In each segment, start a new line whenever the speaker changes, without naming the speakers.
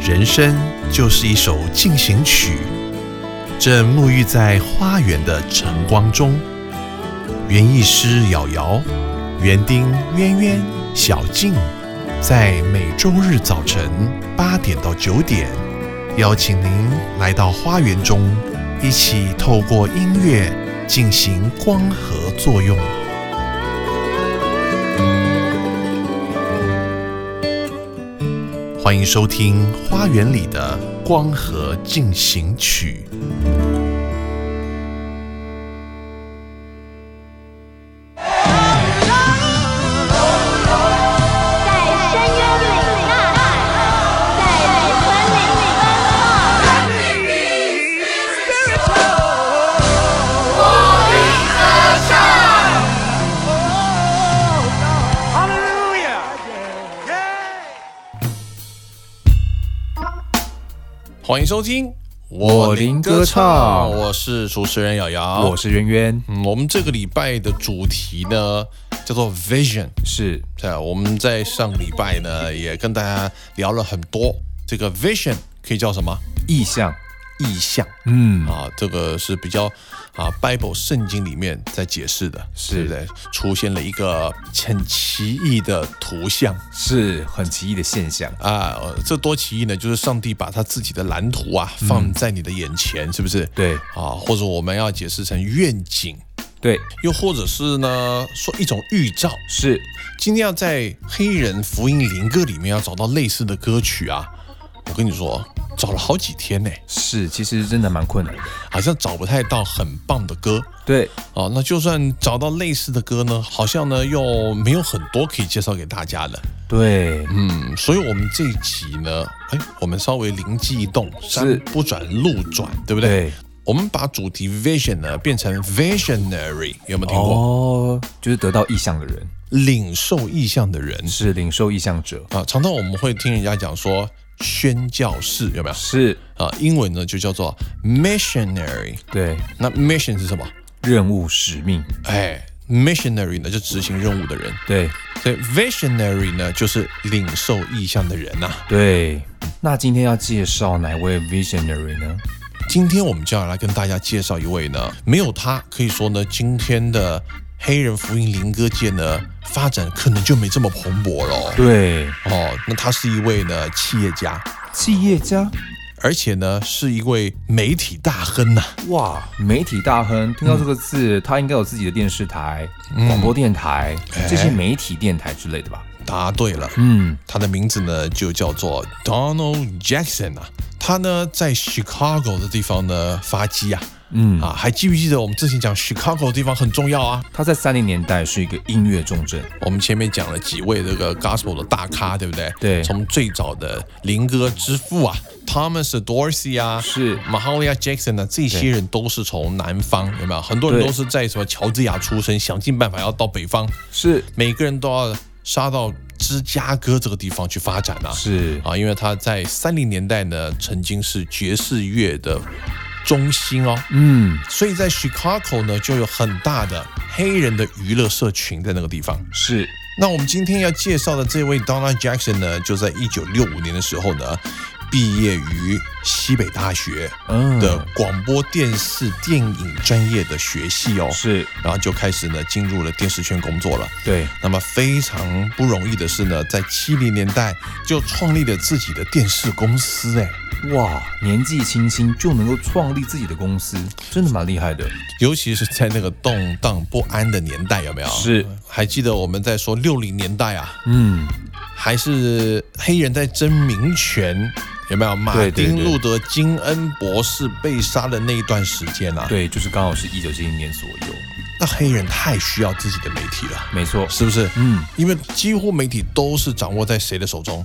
人生就是一首进行曲，正沐浴在花园的晨光中。园艺师瑶瑶、园丁渊渊、小静，在每周日早晨八点到九点，邀请您来到花园中，一起透过音乐进行光合作用。欢迎收听《花园里的光合进行曲》。
在深渊里呐喊，在灵魂里奔跑。
欢迎收听
我林歌唱
我是主持人瑶瑶。
我是渊渊，
嗯，我们这个礼拜的主题呢叫做 vision。
是
对，我们在上礼拜呢也跟大家聊了很多，这个 vision 可以叫什么？
意象，
意象
嗯，
啊，这个是比较啊 Bible 圣经里面在解释的，对
是
不对？出现了一个很奇异的图像。
是很奇异的现象，
啊，呃这多奇异呢！就是上帝把他自己的蓝图啊放在你的眼前，是不是？
对
啊，或者我们要解释成愿景，
对，
又或者是呢说一种预兆。
是
今天要在黑人福音灵歌里面要找到类似的歌曲啊，我跟你说，找了好几天呢，
是，其实真的蛮困难的，
好像找不太到很棒的歌。
对，
哦，那就算找到类似的歌呢，好像呢又没有很多可以介绍给大家的。
对，
嗯，所以我们这一集呢，哎，我们稍微灵机一动，山不转路转，对不对？
对
我们把主题 vision 呢变成 visionary，有没有听过？
哦，就是得到意象的人，
领受意向的人
是领受意象者，
啊，常常我们会听人家讲说宣教士，有没有？
是，
啊，英文呢就叫做 missionary。
对，
那 mission 是什么？
任务使命，
哎，missionary 呢就执行任务的人，
对，
所以 visionary 呢就是领受意向的人呐、啊
对，那今天要介绍哪位 visionary 呢？
今天我们就要来跟大家介绍一位呢，没有他，可以说呢，今天的黑人福音灵歌界呢，发展可能就没这么蓬勃了。
对，
哦，那他是一位呢企业家，
企业家，
而且呢是一位媒体大亨呐、
哇，媒体大亨，听到这个字，他应该有自己的电视台、广播电台这些媒体电台之类的吧？
答对了，
嗯，
他的名字呢就叫做 Donald Jackson 啊。他呢在 Chicago 的地方呢发迹啊，嗯啊，还记不记得我们之前讲 Chicago 的地方很重要啊？
他在三零年代是一个音乐重镇，
我们前面讲了几位这个 gospel 的大咖，对不对？
对
从最早的灵歌之父啊，Thomas Dorsey 啊，
是
Mahalia Jackson 啊，这些人都是从南方，有没有？很多人
对
都是在什么乔治亚出生，想尽办法要到北方，
是
每个人都要杀到芝加哥这个地方去发展啊。
是
啊，因为他在三零年代呢，曾经是爵士乐的中心哦，
嗯
所以在 Chicago 呢，就有很大的黑人的娱乐社群在那个地方。
是
那我们今天要介绍的这位 Donna Jackson 呢，就在一九六五年的时候呢，毕业于西北大学
嗯
的广播电视电影专业的学系哦，
是，
然后就开始呢进入了电视圈工作了。
对
那么非常不容易的是呢，在七零年代就创立了自己的电视公司，哎，
哇，年纪轻轻就能够创立自己的公司，真的蛮厉害的。
尤其是在那个动荡不安的年代，有没有？
是，
还记得我们在说六零年代啊，
嗯，
还是黑人在争民权，有没有？马
对对
丁路德金恩博士被杀的那一段时间啊，
对，就是刚好是一九七零年左右，
那黑人太需要自己的媒体了，
没错，
是不是？
嗯，
因为几乎媒体都是掌握在谁的手中，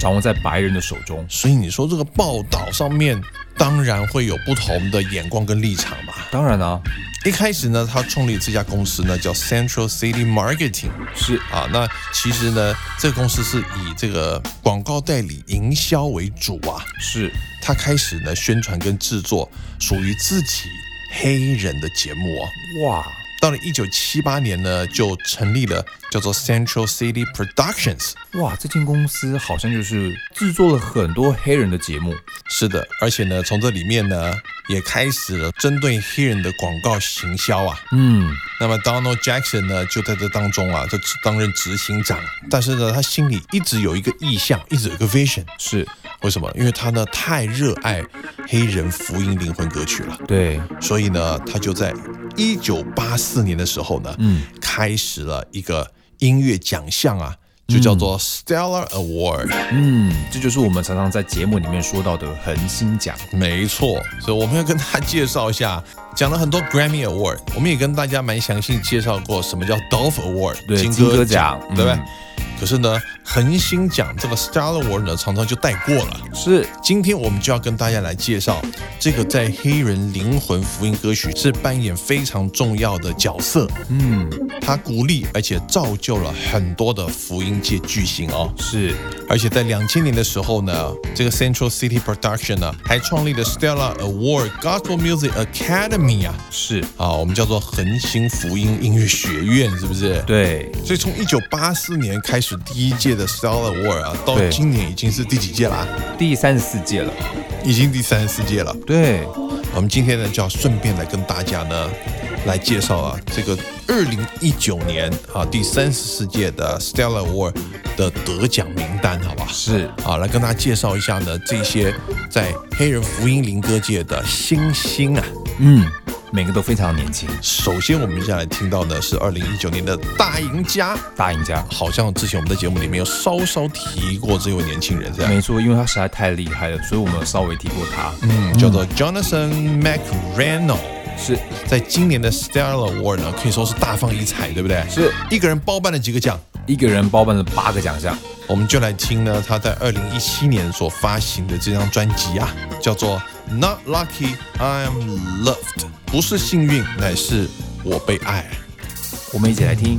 掌握在白人的手中。
所以你说这个报道上面当然会有不同的眼光跟立场嘛。
当然啊，
一开始呢，他创立这家公司呢叫 Central City Marketing。
是
啊，那其实呢，这个公司是以这个广告代理营销为主啊。
是，
他开始呢宣传跟制作属于自己黑人的节目哦。
哇，
到了一九七八年呢，就成立了叫做 Central City Productions
哇，这间公司好像就是制作了很多黑人的节目，
是的，而且呢，从这里面呢，也开始了针对黑人的广告行销啊。
嗯，
那么 Donald Jackson 呢，就在这当中啊，就担任执行长。但是呢，他心里一直有一个意向，一直有一个 vision。
是
为什么？因为他呢太热爱黑人福音灵魂歌曲了，
对，
所以呢，他就在一九八四年的时候呢，
嗯，
开始了一个音乐奖项啊，就叫做 Stellar Award。
嗯，这就是我们常常在节目里面说到的恒星奖。
没错，所以我们要跟大家介绍一下，讲了很多 Grammy Award，我们也跟大家蛮详细介绍过什么叫 Dove Award，
对
金
金
歌
歌
奖
奖，
对不对
嗯？
可是呢，恒星奖这个 Star Award 呢，常常就带过了。
是
今天我们就要跟大家来介绍这个在黑人灵魂福音歌曲是扮演非常重要的角色，
嗯，
它鼓励而且造就了很多的福音界巨星哦。
是
而且在两千年的时候呢，这个 Central City Production 呢还创立了 Stella Award Gospel Music Academy 啊，
是，
啊，我们叫做恒星福音音乐学院，是不是？。
对，
所以从一九八四年开始第一届的 Stella Award 啊，到
对
今年已经是第几届了、啊？
第三十四届了。
已经第三十四届了。
对，
我们今天呢，就要顺便来跟大家呢，来介绍啊这个二零一九年啊第三十四届的 Stella Award 的得奖名单，好吧？
是
啊，来跟大家介绍一下呢，这些在黑人福音灵歌界的新星啊。
嗯，每个都非常年轻，
首先，我们接下来听到的是二零一九年的大赢家，
大赢家。
好像之前我们在节目里面有稍稍提过这位年轻人，是吧？
没错，因为他实在太厉害了，所以我们有稍微提过他。
嗯，叫做 Jonathan McReynolds。
是
在今年的 Stellar Award 呢，可以说是大放异彩，对不对？
是
一个人包办了几个奖，
一个人包办了八个奖项。
我们就来听呢他在二零一七年所发行的这张专辑啊，叫做《Not Lucky I'm Loved》，不是幸运，乃是我被爱。
我们一起来听。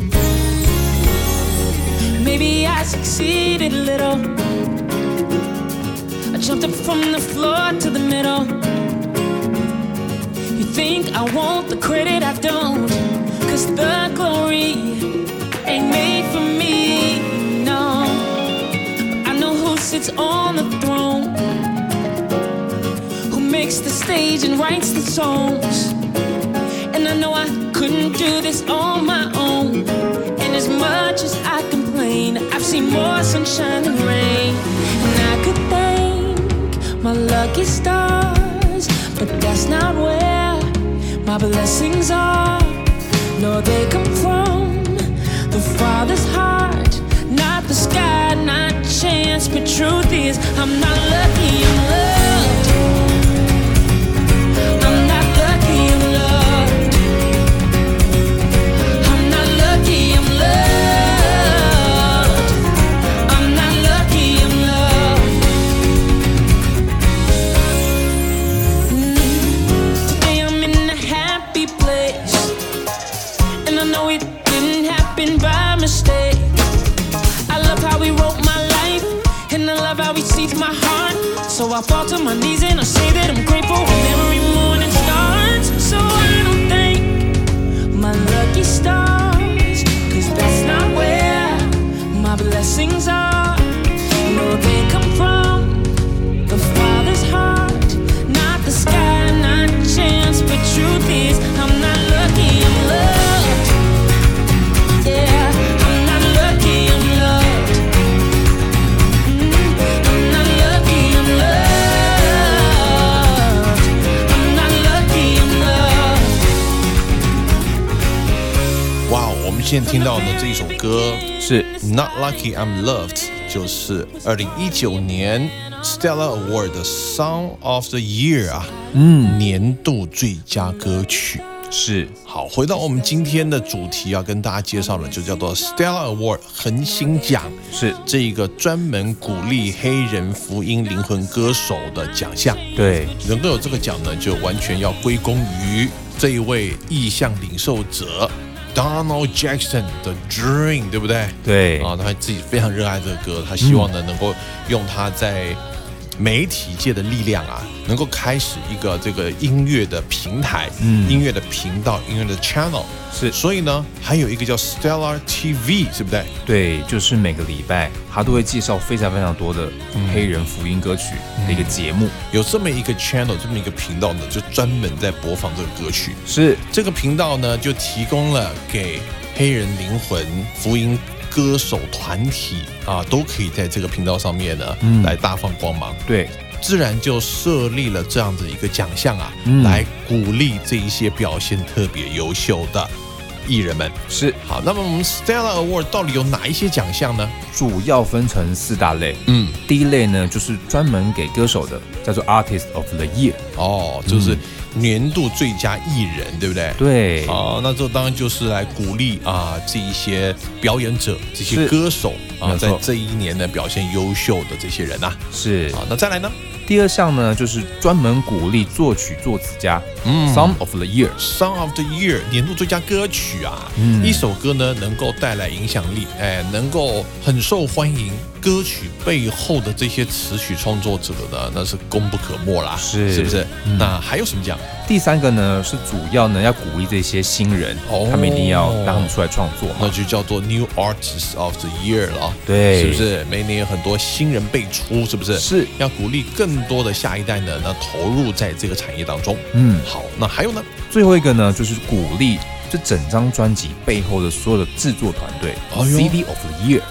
Maybe I succeeded a little. I jumped up from the floor to the middle. You think I want the credit, I don't. Cause the glory ain't made for me, no. But I know who sits on the throne, who makes the stage and writes the songs. And I know I couldn't do this on my own. And as much as I complain, I've seen more sunshine and rain. And I could thank my lucky stars, but that's not where my blessings are. No, they come from the Father's heart, not the sky, not chance. But truth is, I'm not lucky, I'm loved. I'm not lucky, I'm loved. I'm not lucky, I'm loved. I'm not lucky, I'm loved. Today I'm in a happy place, and I know it didn't happen by mistake. I love how he wrote my life, and I love how he sees my heart. So I fall to my knees and I say that I'm grateful when every morning starts. So I don't thank my lucky stars, cause that's not where my blessings are. No, they come from the Father's heart, not the sky, not chance. But truth is, I'm not lucky, I'm loved. Yeah, I'm not lucky, I'm loved. Mm, I'm not lucky, I'm loved. I'm not lucky, I'm loved.
哇，我们现在听到的这一首歌
是
《Not Lucky I'm Loved》，就是二零一九年 Stellar Award 的 Song of the Year 啊，嗯，年度最佳歌曲。
是
好，回到我们今天的主题啊，跟大家介绍了，就叫做 Stella Award 恒星奖，
是
这一个专门鼓励黑人福音灵魂歌手的奖项。
对，
能够有这个奖呢，就完全要归功于这一位意向领受者 Donald Jackson 的 Dream，对不对？
对
啊，他自己非常热爱这个歌，他希望呢能够用他在媒体界的力量啊，能够开始一个这个音乐的平台、音乐的频道、音乐的 channel。
是
所以呢，还有一个叫 Stellar TV，是不对？
对，就是每个礼拜他都会介绍非常非常多的黑人福音歌曲的一个节目，
有这么一个 channel，这么一个频道呢，就专门在播放这个歌曲。
是
这个频道呢，就提供了给黑人灵魂福音歌手团体啊，都可以在这个频道上面呢，来大放光芒。
对，
自然就设立了这样的一个奖项啊，来鼓励这一些表现特别优秀的艺人们。
是
好，那么我们 Stella Award 到底有哪一些奖项呢？
主要分成四大类。嗯，第一类呢就是专门给歌手的，叫做 Artist of the Year。
哦，就是年度最佳艺人，对不对？。
对，
哦，那这当然就是来鼓励啊这一些表演者、这些
是
歌手啊，
没
在
错
这一年呢表现优秀的这些人呐、啊。
是。
好，那再来呢
第二项呢就是专门鼓励作曲作词家，嗯，Song of the Year。
，Song of the Year 年度最佳歌曲啊，
嗯
一首歌呢能够带来影响力，哎，能够很受欢迎。歌曲背后的这些词曲创作者呢，那是功不可没啦，
是嗯
不是？那还有什么奖？
第三个呢是主要呢要鼓励这些新人，
哦
他们一定要让他们出来创作
那
嘛。
就叫做 New Artist of the Year 了啊，
对
是不是？每年有很多新人辈出，是不是？
是
要鼓励更多的下一代呢，那投入在这个产业当中。
嗯
好，那还有呢？
最后一个呢就是鼓励这整张专辑背后的所有的制作团队、
哎呦
c d of the Year。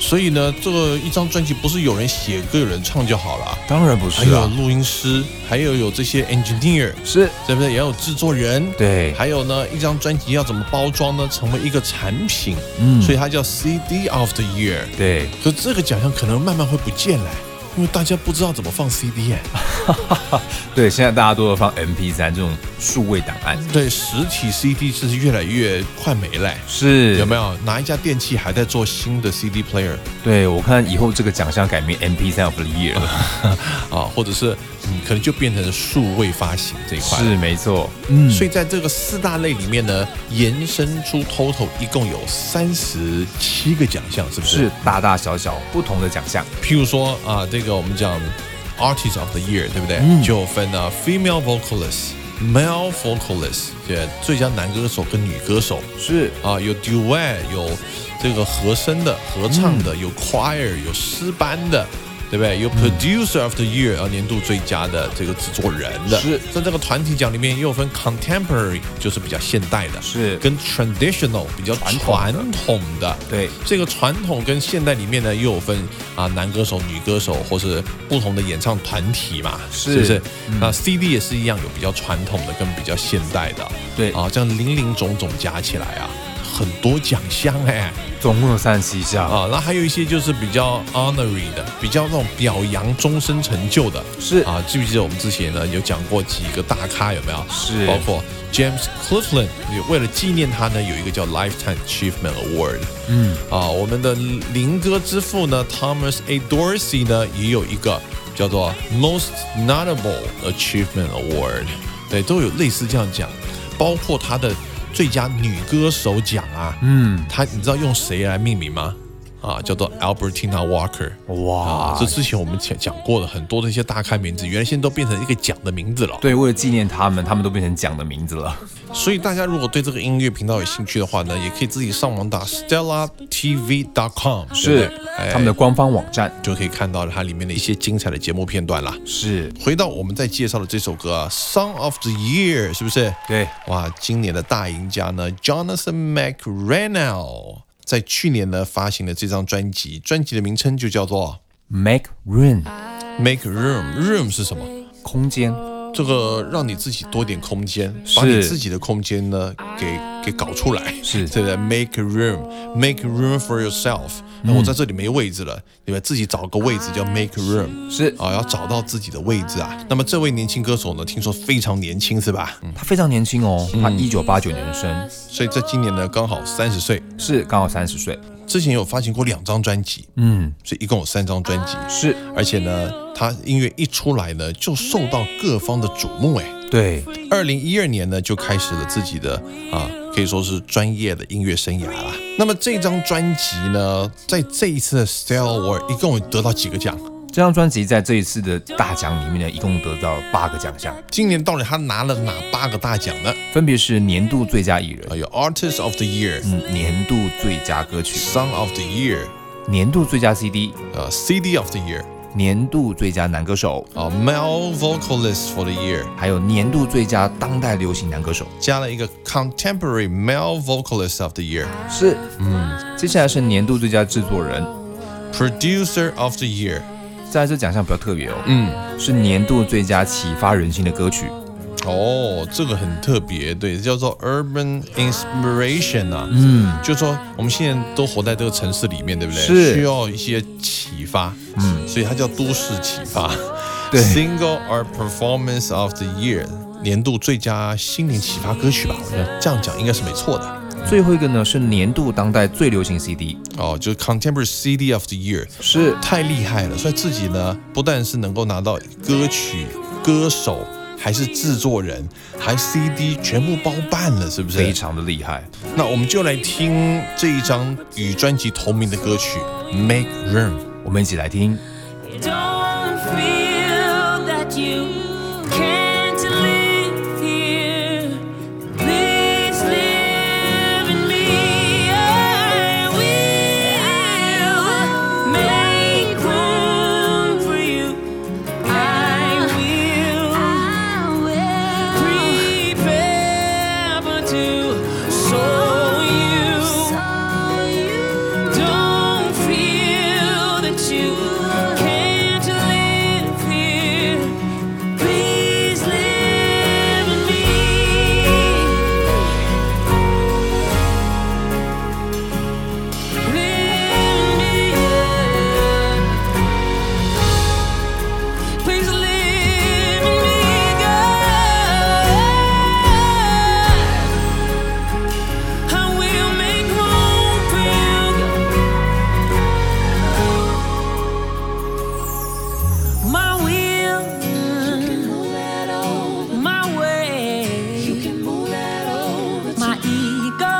所以呢，这个一张专辑不是有人写歌有人唱就好了啊，
当然不
还有，录音师，还有有这些 engineer，
哎是
对不对？也有制作人，
对
还有呢，一张专辑要怎么包装呢？成为一个产品，
嗯
所以它叫 CD of the Year。
对，
可这个奖项可能慢慢会不见了，因为大家不知道怎么放 CD 哎、
对，现在大家都有放 MP 3这种数位档案，
对，实体 CD 是越来越快没了、
是
有没
有？
有？哪一家电器还在做新的 CD player
对我看以后这个奖项改名 MP 3 of the Year 了，
啊？或者是嗯，可能就变成数位发行这一块。
是，没错，
嗯。所以在这个四大类里面呢，延伸出 total 一共有三十七个奖项，是不是？
是。大大小小不同的奖项，
譬如说啊，这个我们讲 Artist of the Year，对不对？就有分啊，Female Vocalist、Male Vocalist，对，最佳男歌手跟女歌手。
是
啊，有 duet，有这个和声的、合唱
嗯
的，有 choir，有诗班的，对不对？有 producer of the year，啊，年度最佳的这个制作人的。
是，
在这个团体奖里面，也有分 contemporary，就是比较现代的，
是
跟 traditional 比较
传统
传
的
统的。
对
这个传统跟现代里面呢，又有分啊，男歌手、女歌手，或是不同的演唱团体嘛，
是
不是？
嗯
那 CD 也是一样，有比较传统的跟比较现代的，
对
啊，这样零零总总加起来啊，很多奖项哎、
总共有三十七项，
啊，那还有一些就是比较 honorary 的，比较那种表扬终身成就的，
是
啊，记不记得我们之前呢有讲过几个大咖有没有？
是
包括 James Cleveland，也为了纪念他呢，有一个叫 Lifetime Achievement Award。嗯，啊，我们的灵歌之父呢，Thomas A. Dorsey 呢，也有一个叫做 Most Notable Achievement Award，对，都有类似这样讲，包括他的最佳女歌手奖啊，嗯，他你知道用谁来命名吗？啊，叫做 Albertina Walker。
哇
啊，这之前我们讲讲过的很多的一些大咖名字，原来现在都变成一个奖的名字了。
对，为了纪念他们，他们都变成奖的名字了，
所以大家如果对这个音乐频道有兴趣的话呢，也可以自己上网打 stellatv.com，对
是
不对哎
他们的官方网站，
就可以看到它里面的一些精彩的节目片段啦。
是
回到我们在介绍的这首歌啊，《Song of the Year》，是不是？
对
哇，今年的大赢家呢，Jonathan McReynolds，在去年呢发行了这张专辑，专辑的名称就叫做
Make
《
Room
Make Room》。Room 是什么？
空间，
这个让你自己多点空间，把你自己的空间呢给给搞出来，
是
对不对？Make a room, make a room for yourself。那我在这里没位置了，你们自己找个位置叫 make a room，
是
啊，要找到自己的位置啊。那么这位年轻歌手呢，听说非常年轻是吧？嗯，
他非常年轻哦，他一九八九年生，
所以在今年呢刚好三十岁，
是刚好三十岁，
之前有发行过两张专辑，嗯，所以一共有三张专辑，
是
而且呢，他音乐一出来呢，就受到各方的瞩目，哎。
对，
二零一二年呢，就开始了自己的啊，可以说是专业的音乐生涯啦。那么这张专辑呢，在这一次的 Style Award 一共有得到几个奖？
这张专辑在这一次的大奖里面呢，一共得到八个奖项，
今年到底他拿了哪八个大奖呢？
分别是年度最佳艺人、
啊，有 Artist of the Year、
嗯、年度最佳歌曲、
Song of the Year、
年度最佳 CD、
呃 CD of the Year、
年度最佳男歌手，
啊 Male Vocalist for the Year，
还有年度最佳当代流行男歌手。
加了一个 Contemporary Male Vocalist of the Year、
是，嗯，接下来是年度最佳制作人，
Producer of the Year。
在这奖项比较特别哦，嗯，是年度最佳启发人心的歌曲。
哦，这个很特别，对，叫做 urban inspiration 啊，嗯，就说我们现在都活在这个城市里面，对不对？
是
需要一些启发，嗯，所以它叫都市启发。
对
，Single or Performance of the Year 年度最佳心灵启发歌曲吧，我觉得这样讲应该是没错的。
最后一个呢是年度当代最流行 CD，
哦，就是 Contemporary CD of the Year，
是
太厉害了，所以自己呢不但是能够拿到歌曲、歌手，还是制作人，还 CD 全部包办了，是不
非
是？
常的厉害。
那我们就来听这一张与专辑同名的歌曲《Make Room》。
我们一起来听。
Don't feel that you can't live here. Please live in me. I will make room for you. I will prepare to show you. Don't feel that you can't live here. Please live in me. Live Please live in me, God. I will make room for you. my will. You can move that over. My way. You can move that over. My ego.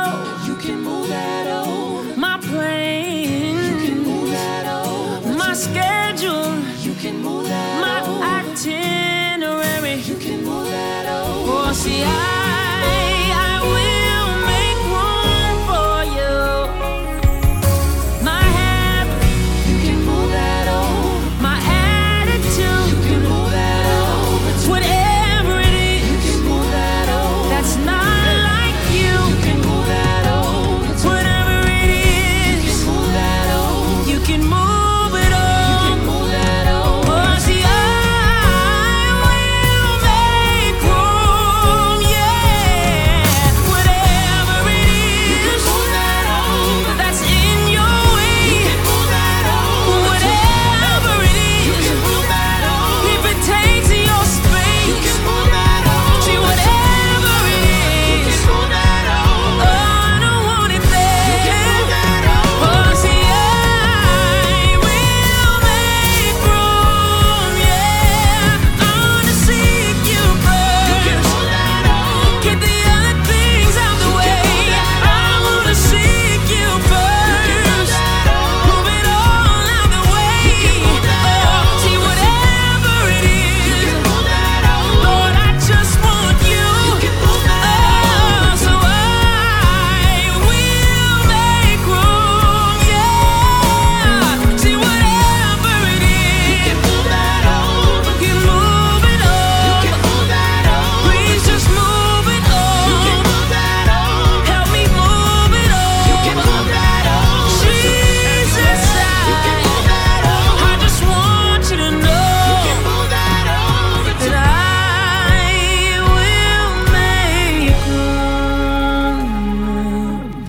You can move that over. My plan. You can move that over. My schedule. You can move that my itinerary. You can move that over. Oh, see, I. I will make room for you. My happy you can move that over. My attitude. You can move that over. It's whatever it is. You can move that over. That's not like you. You can move that over. It's whatever it is. You can move that over. You can move it over. You can move that over. Oh, see, I will make room. Yeah. Whatever it is. You can move that over. That's in your way. You can move that over. Whatever it is. You can move that over. If it takes your space. You can move that over. See, whatever it is. You can move that over. Oh, I don't want it there. You can move that over. Oh, see, I will make room. Yeah. I wanna see if you burn. You can move that over. Get the other things out the way. I wanna see you burn. Move it all out the way. Oh, See whatever it is. Lord, I just want you. Oh, so I will make room. Yeah. See whatever it is. You can move it all. Please just move it all. Help me move it all. You can move that all. Jesus, you can move that all. I just want you to know. You can move that all. That I will make room.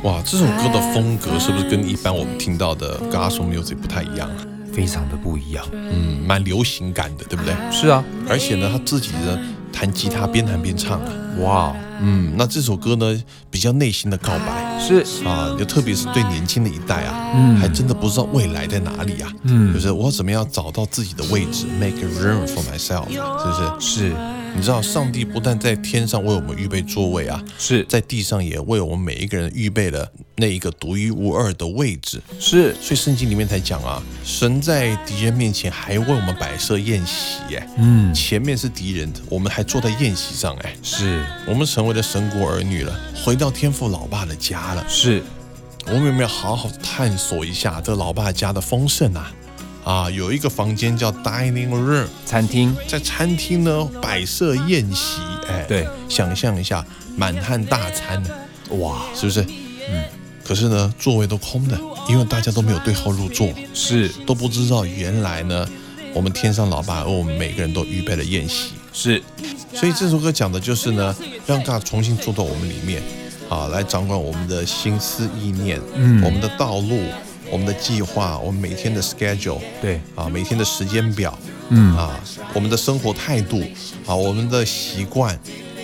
哇，这首歌的风格是不是跟一般我们听到的 gospel music 不太一样啊？
非常的不一样。
嗯，蛮流行感的，对不对？
是啊，
而且呢，他自己呢弹吉他边弹边唱啊。
哇，
嗯，那这首歌呢比较内心的告白。
是
啊，就特别是对年轻的一代啊，嗯，还真的不知道未来在哪里啊，嗯，就是我怎么样找到自己的位置，make a room for myself，是不是？
是
你知道，上帝不但在天上为我们预备座位啊，
是
在地上也为我们每一个人预备了那一个独一无二的位置。
是
所以圣经里面才讲啊，神在敌人面前还为我们摆设宴席，哎，嗯，前面是敌人，我们还坐在宴席上，哎，
是
我们成为了神国儿女了，回到天父老爸的家了。
是，
我们有没有好好探索一下这老爸家的丰盛啊？啊，有一个房间叫 dining room，
餐厅
在餐厅呢摆设宴席，哎，
对，
想象一下满汉大餐，
哇
是不是？嗯。可是呢，座位都空的，因为大家都没有对号入座，
是
都不知道原来呢，我们天上老爸为哦我们每个人都预备了宴席。
是
所以这首歌讲的就是呢，让 God 重新住到我们里面，啊，来掌管我们的心思意念，嗯，我们的道路，我们的计划，我们每天的 schedule，
对
啊，每天的时间表，嗯，啊，我们的生活态度，啊，我们的习惯，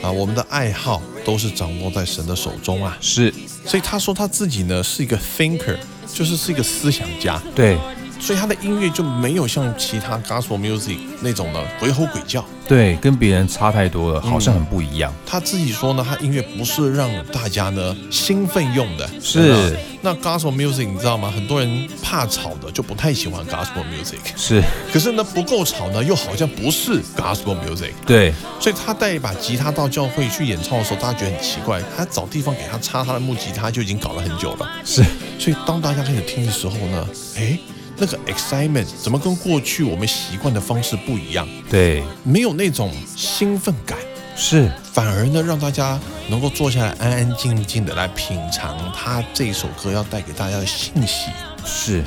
啊，我们的爱好，都是掌握在神的手中啊。
是，
所以他说他自己呢是一个 thinker，就是是一个思想家，
对
所以他的音乐就没有像其他 gospel music 那种的鬼吼鬼叫。
对，跟别人差太多了，好像很不一样。
他自己说呢，他音乐不是让大家呢兴奋用的，
是
真的那 gospel music 你知道吗？很多人怕吵的就不太喜欢 gospel music，
是
可是呢不够吵呢又好像不是 gospel music，
对
所以他带一把吉他到教会去演唱的时候，大家觉得很奇怪，他找地方给他插他的木吉他就已经搞了很久了。
是
所以当大家开始听的时候呢，诶，那个 excitement 怎么跟过去我们习惯的方式不一样？
对
没有那种兴奋感。
是
反而呢，让大家能够坐下来安安静静的来品尝他这首歌要带给大家的信息，
是，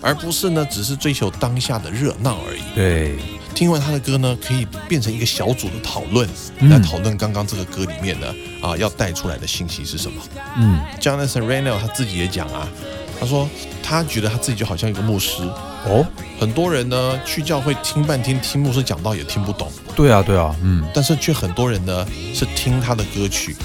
而不是呢只是追求当下的热闹而已。
对
听完他的歌呢，可以变成一个小组的讨论，来讨论刚刚这个歌里面呢啊要带出来的信息是什么。嗯，Jonathan Reno 他自己也讲啊，他说他觉得他自己就好像一个牧师，
哦，
很多人呢去教会听半天，听牧师讲道也听不懂。
对啊对啊，嗯
但是却很多人呢是听他的歌曲，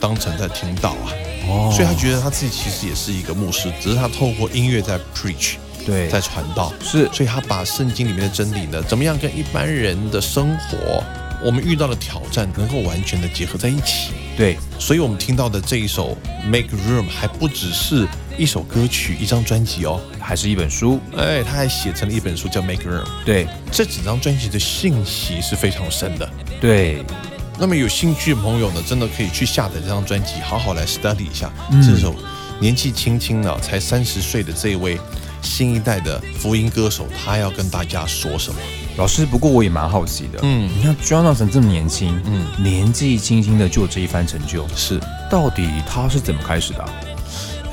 当成在听道啊。
哦
所以他觉得他自己其实也是一个牧师，只是他透过音乐在 preach，
对
在传道。
是
所以他把圣经里面的真理呢，怎么样跟一般人的生活，我们遇到的挑战，能够完全的结合在一起。
对
所以我们听到的这一首《Make Room》还不只是一首歌曲、一张专辑哦，
还是一本书，
哎，他还写成了一本书叫《Make Room》。
对
这几张专辑的信息是非常深的。
对
那么有兴趣的朋友呢，真的可以去下载这张专辑，好好来 study 一下、
嗯
这首年纪轻轻的、才三十岁的这一位新一代的福音歌手，他要跟大家说什么？
老师，不过我也蛮好奇的，嗯，你看 Jonathan 这么年轻，嗯，年纪轻轻的就有这一番成就，
是，
到底他是怎么开始的啊、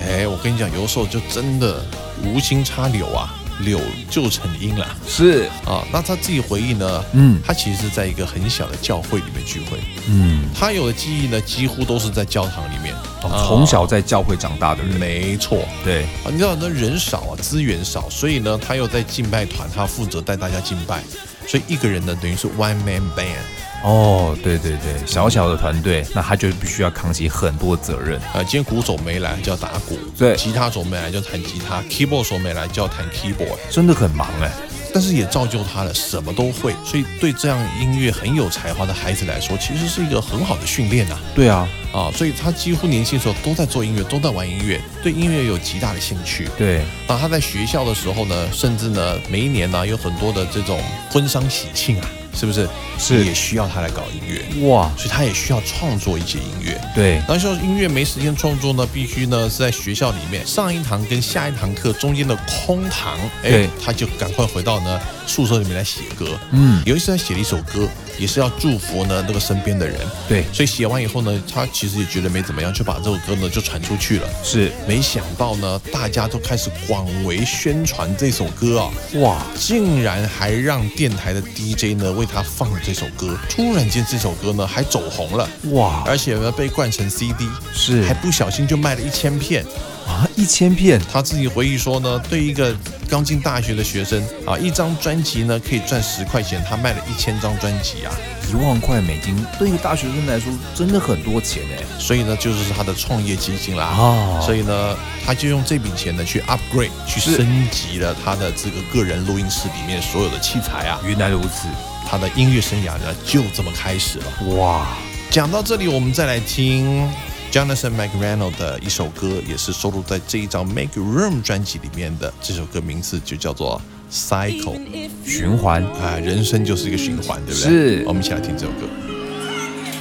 哎，我跟你讲，有时候就真的无心插柳啊，柳就成荫了
是
啊。那他自己回忆呢，
嗯
他其实是在一个很小的教会里面聚会，
嗯，
他有的记忆呢，几乎都是在教堂里面，啊
哦从小在教会长大的人，
没错，
对
啊，你知道那人少啊，资源少，所以呢，他又在敬拜团，他负责带大家敬拜，所以一个人呢，等于是 one man band。
哦，对对对，小小的团队，那他就必须要扛起很多责任，
啊，今天鼓手没来就要打鼓，
对
吉他手没来就弹吉他，keyboard 手没来就要弹 keyboard，
真的很忙哎，
但是也造就他了，什么都会，所以对这样音乐很有才华的孩子来说，其实是一个很好的训练呐、
对啊，
啊。所以他几乎年轻的时候都在做音乐，都在玩音乐，对音乐有极大的兴趣。
对
那他在学校的时候呢，甚至呢，每一年呢有很多的这种婚丧喜庆啊，是不是？
是
也需要他来搞音乐，
哇，
所以他也需要创作一些音乐。
对
然后说音乐没时间创作呢，必须呢是在学校里面上一堂跟下一堂课中间的空堂，哎
对，
他就赶快回到呢宿舍里面来写歌。嗯，有一次他写了一首歌，也是要祝福呢那个身边的人。
对
所以写完以后呢，他其实也觉得没怎么样，就把这首歌呢就传出去了。
是
没想到呢，大家都开始广为宣传这首歌啊、
哇，
竟然还让电台的 DJ 呢为他放了这首歌。突然间，这首歌呢还走红了
哇
而且呢被灌成 CD，
是
还不小心就卖了一千片。
啊，一千片，
他自己回忆说呢，对一个刚进大学的学生啊，一张专辑呢可以赚十块钱，他卖了一千张专辑啊，
一万块美金，对一个大学生来说真的很多钱哎，
所以呢就是他的创业基金啦。
哦
所以呢，他就用这笔钱呢去 upgrade，去
是
升级了他的这个个人录音室里面所有的器材啊，
原来如此，
他的音乐生涯呢就这么开始了。
哇，
讲到这里，我们再来听 Jonathan McReynolds 的一首歌，也是收录在这一张 Make Room 专辑里面的。这首歌名字就叫做 Cycle。
循环。
啊，人生就是一个循环，对不对？
是
我们一起来听这首歌。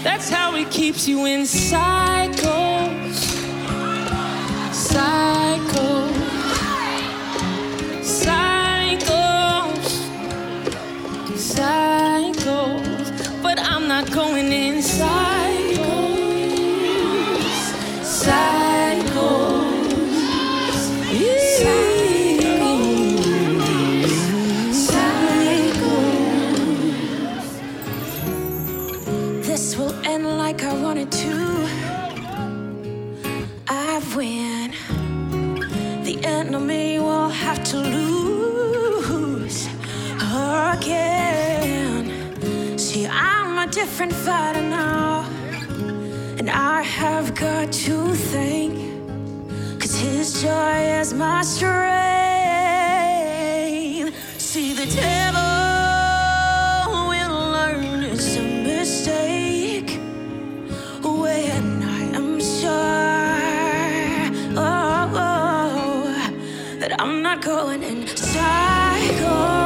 That's how it keeps you in cycles. Cycles. Cycles. Cycles. But I'm not going in cycles. Cycles. Cycles. This will end like I wanted to. I win. The enemy will have to lose again. See, I'm a different fighter now. And I have got to thank. Cause his joy is my strength. See, the devil will learn it's a mistake when I am sure oh, that I'm not going in cycles.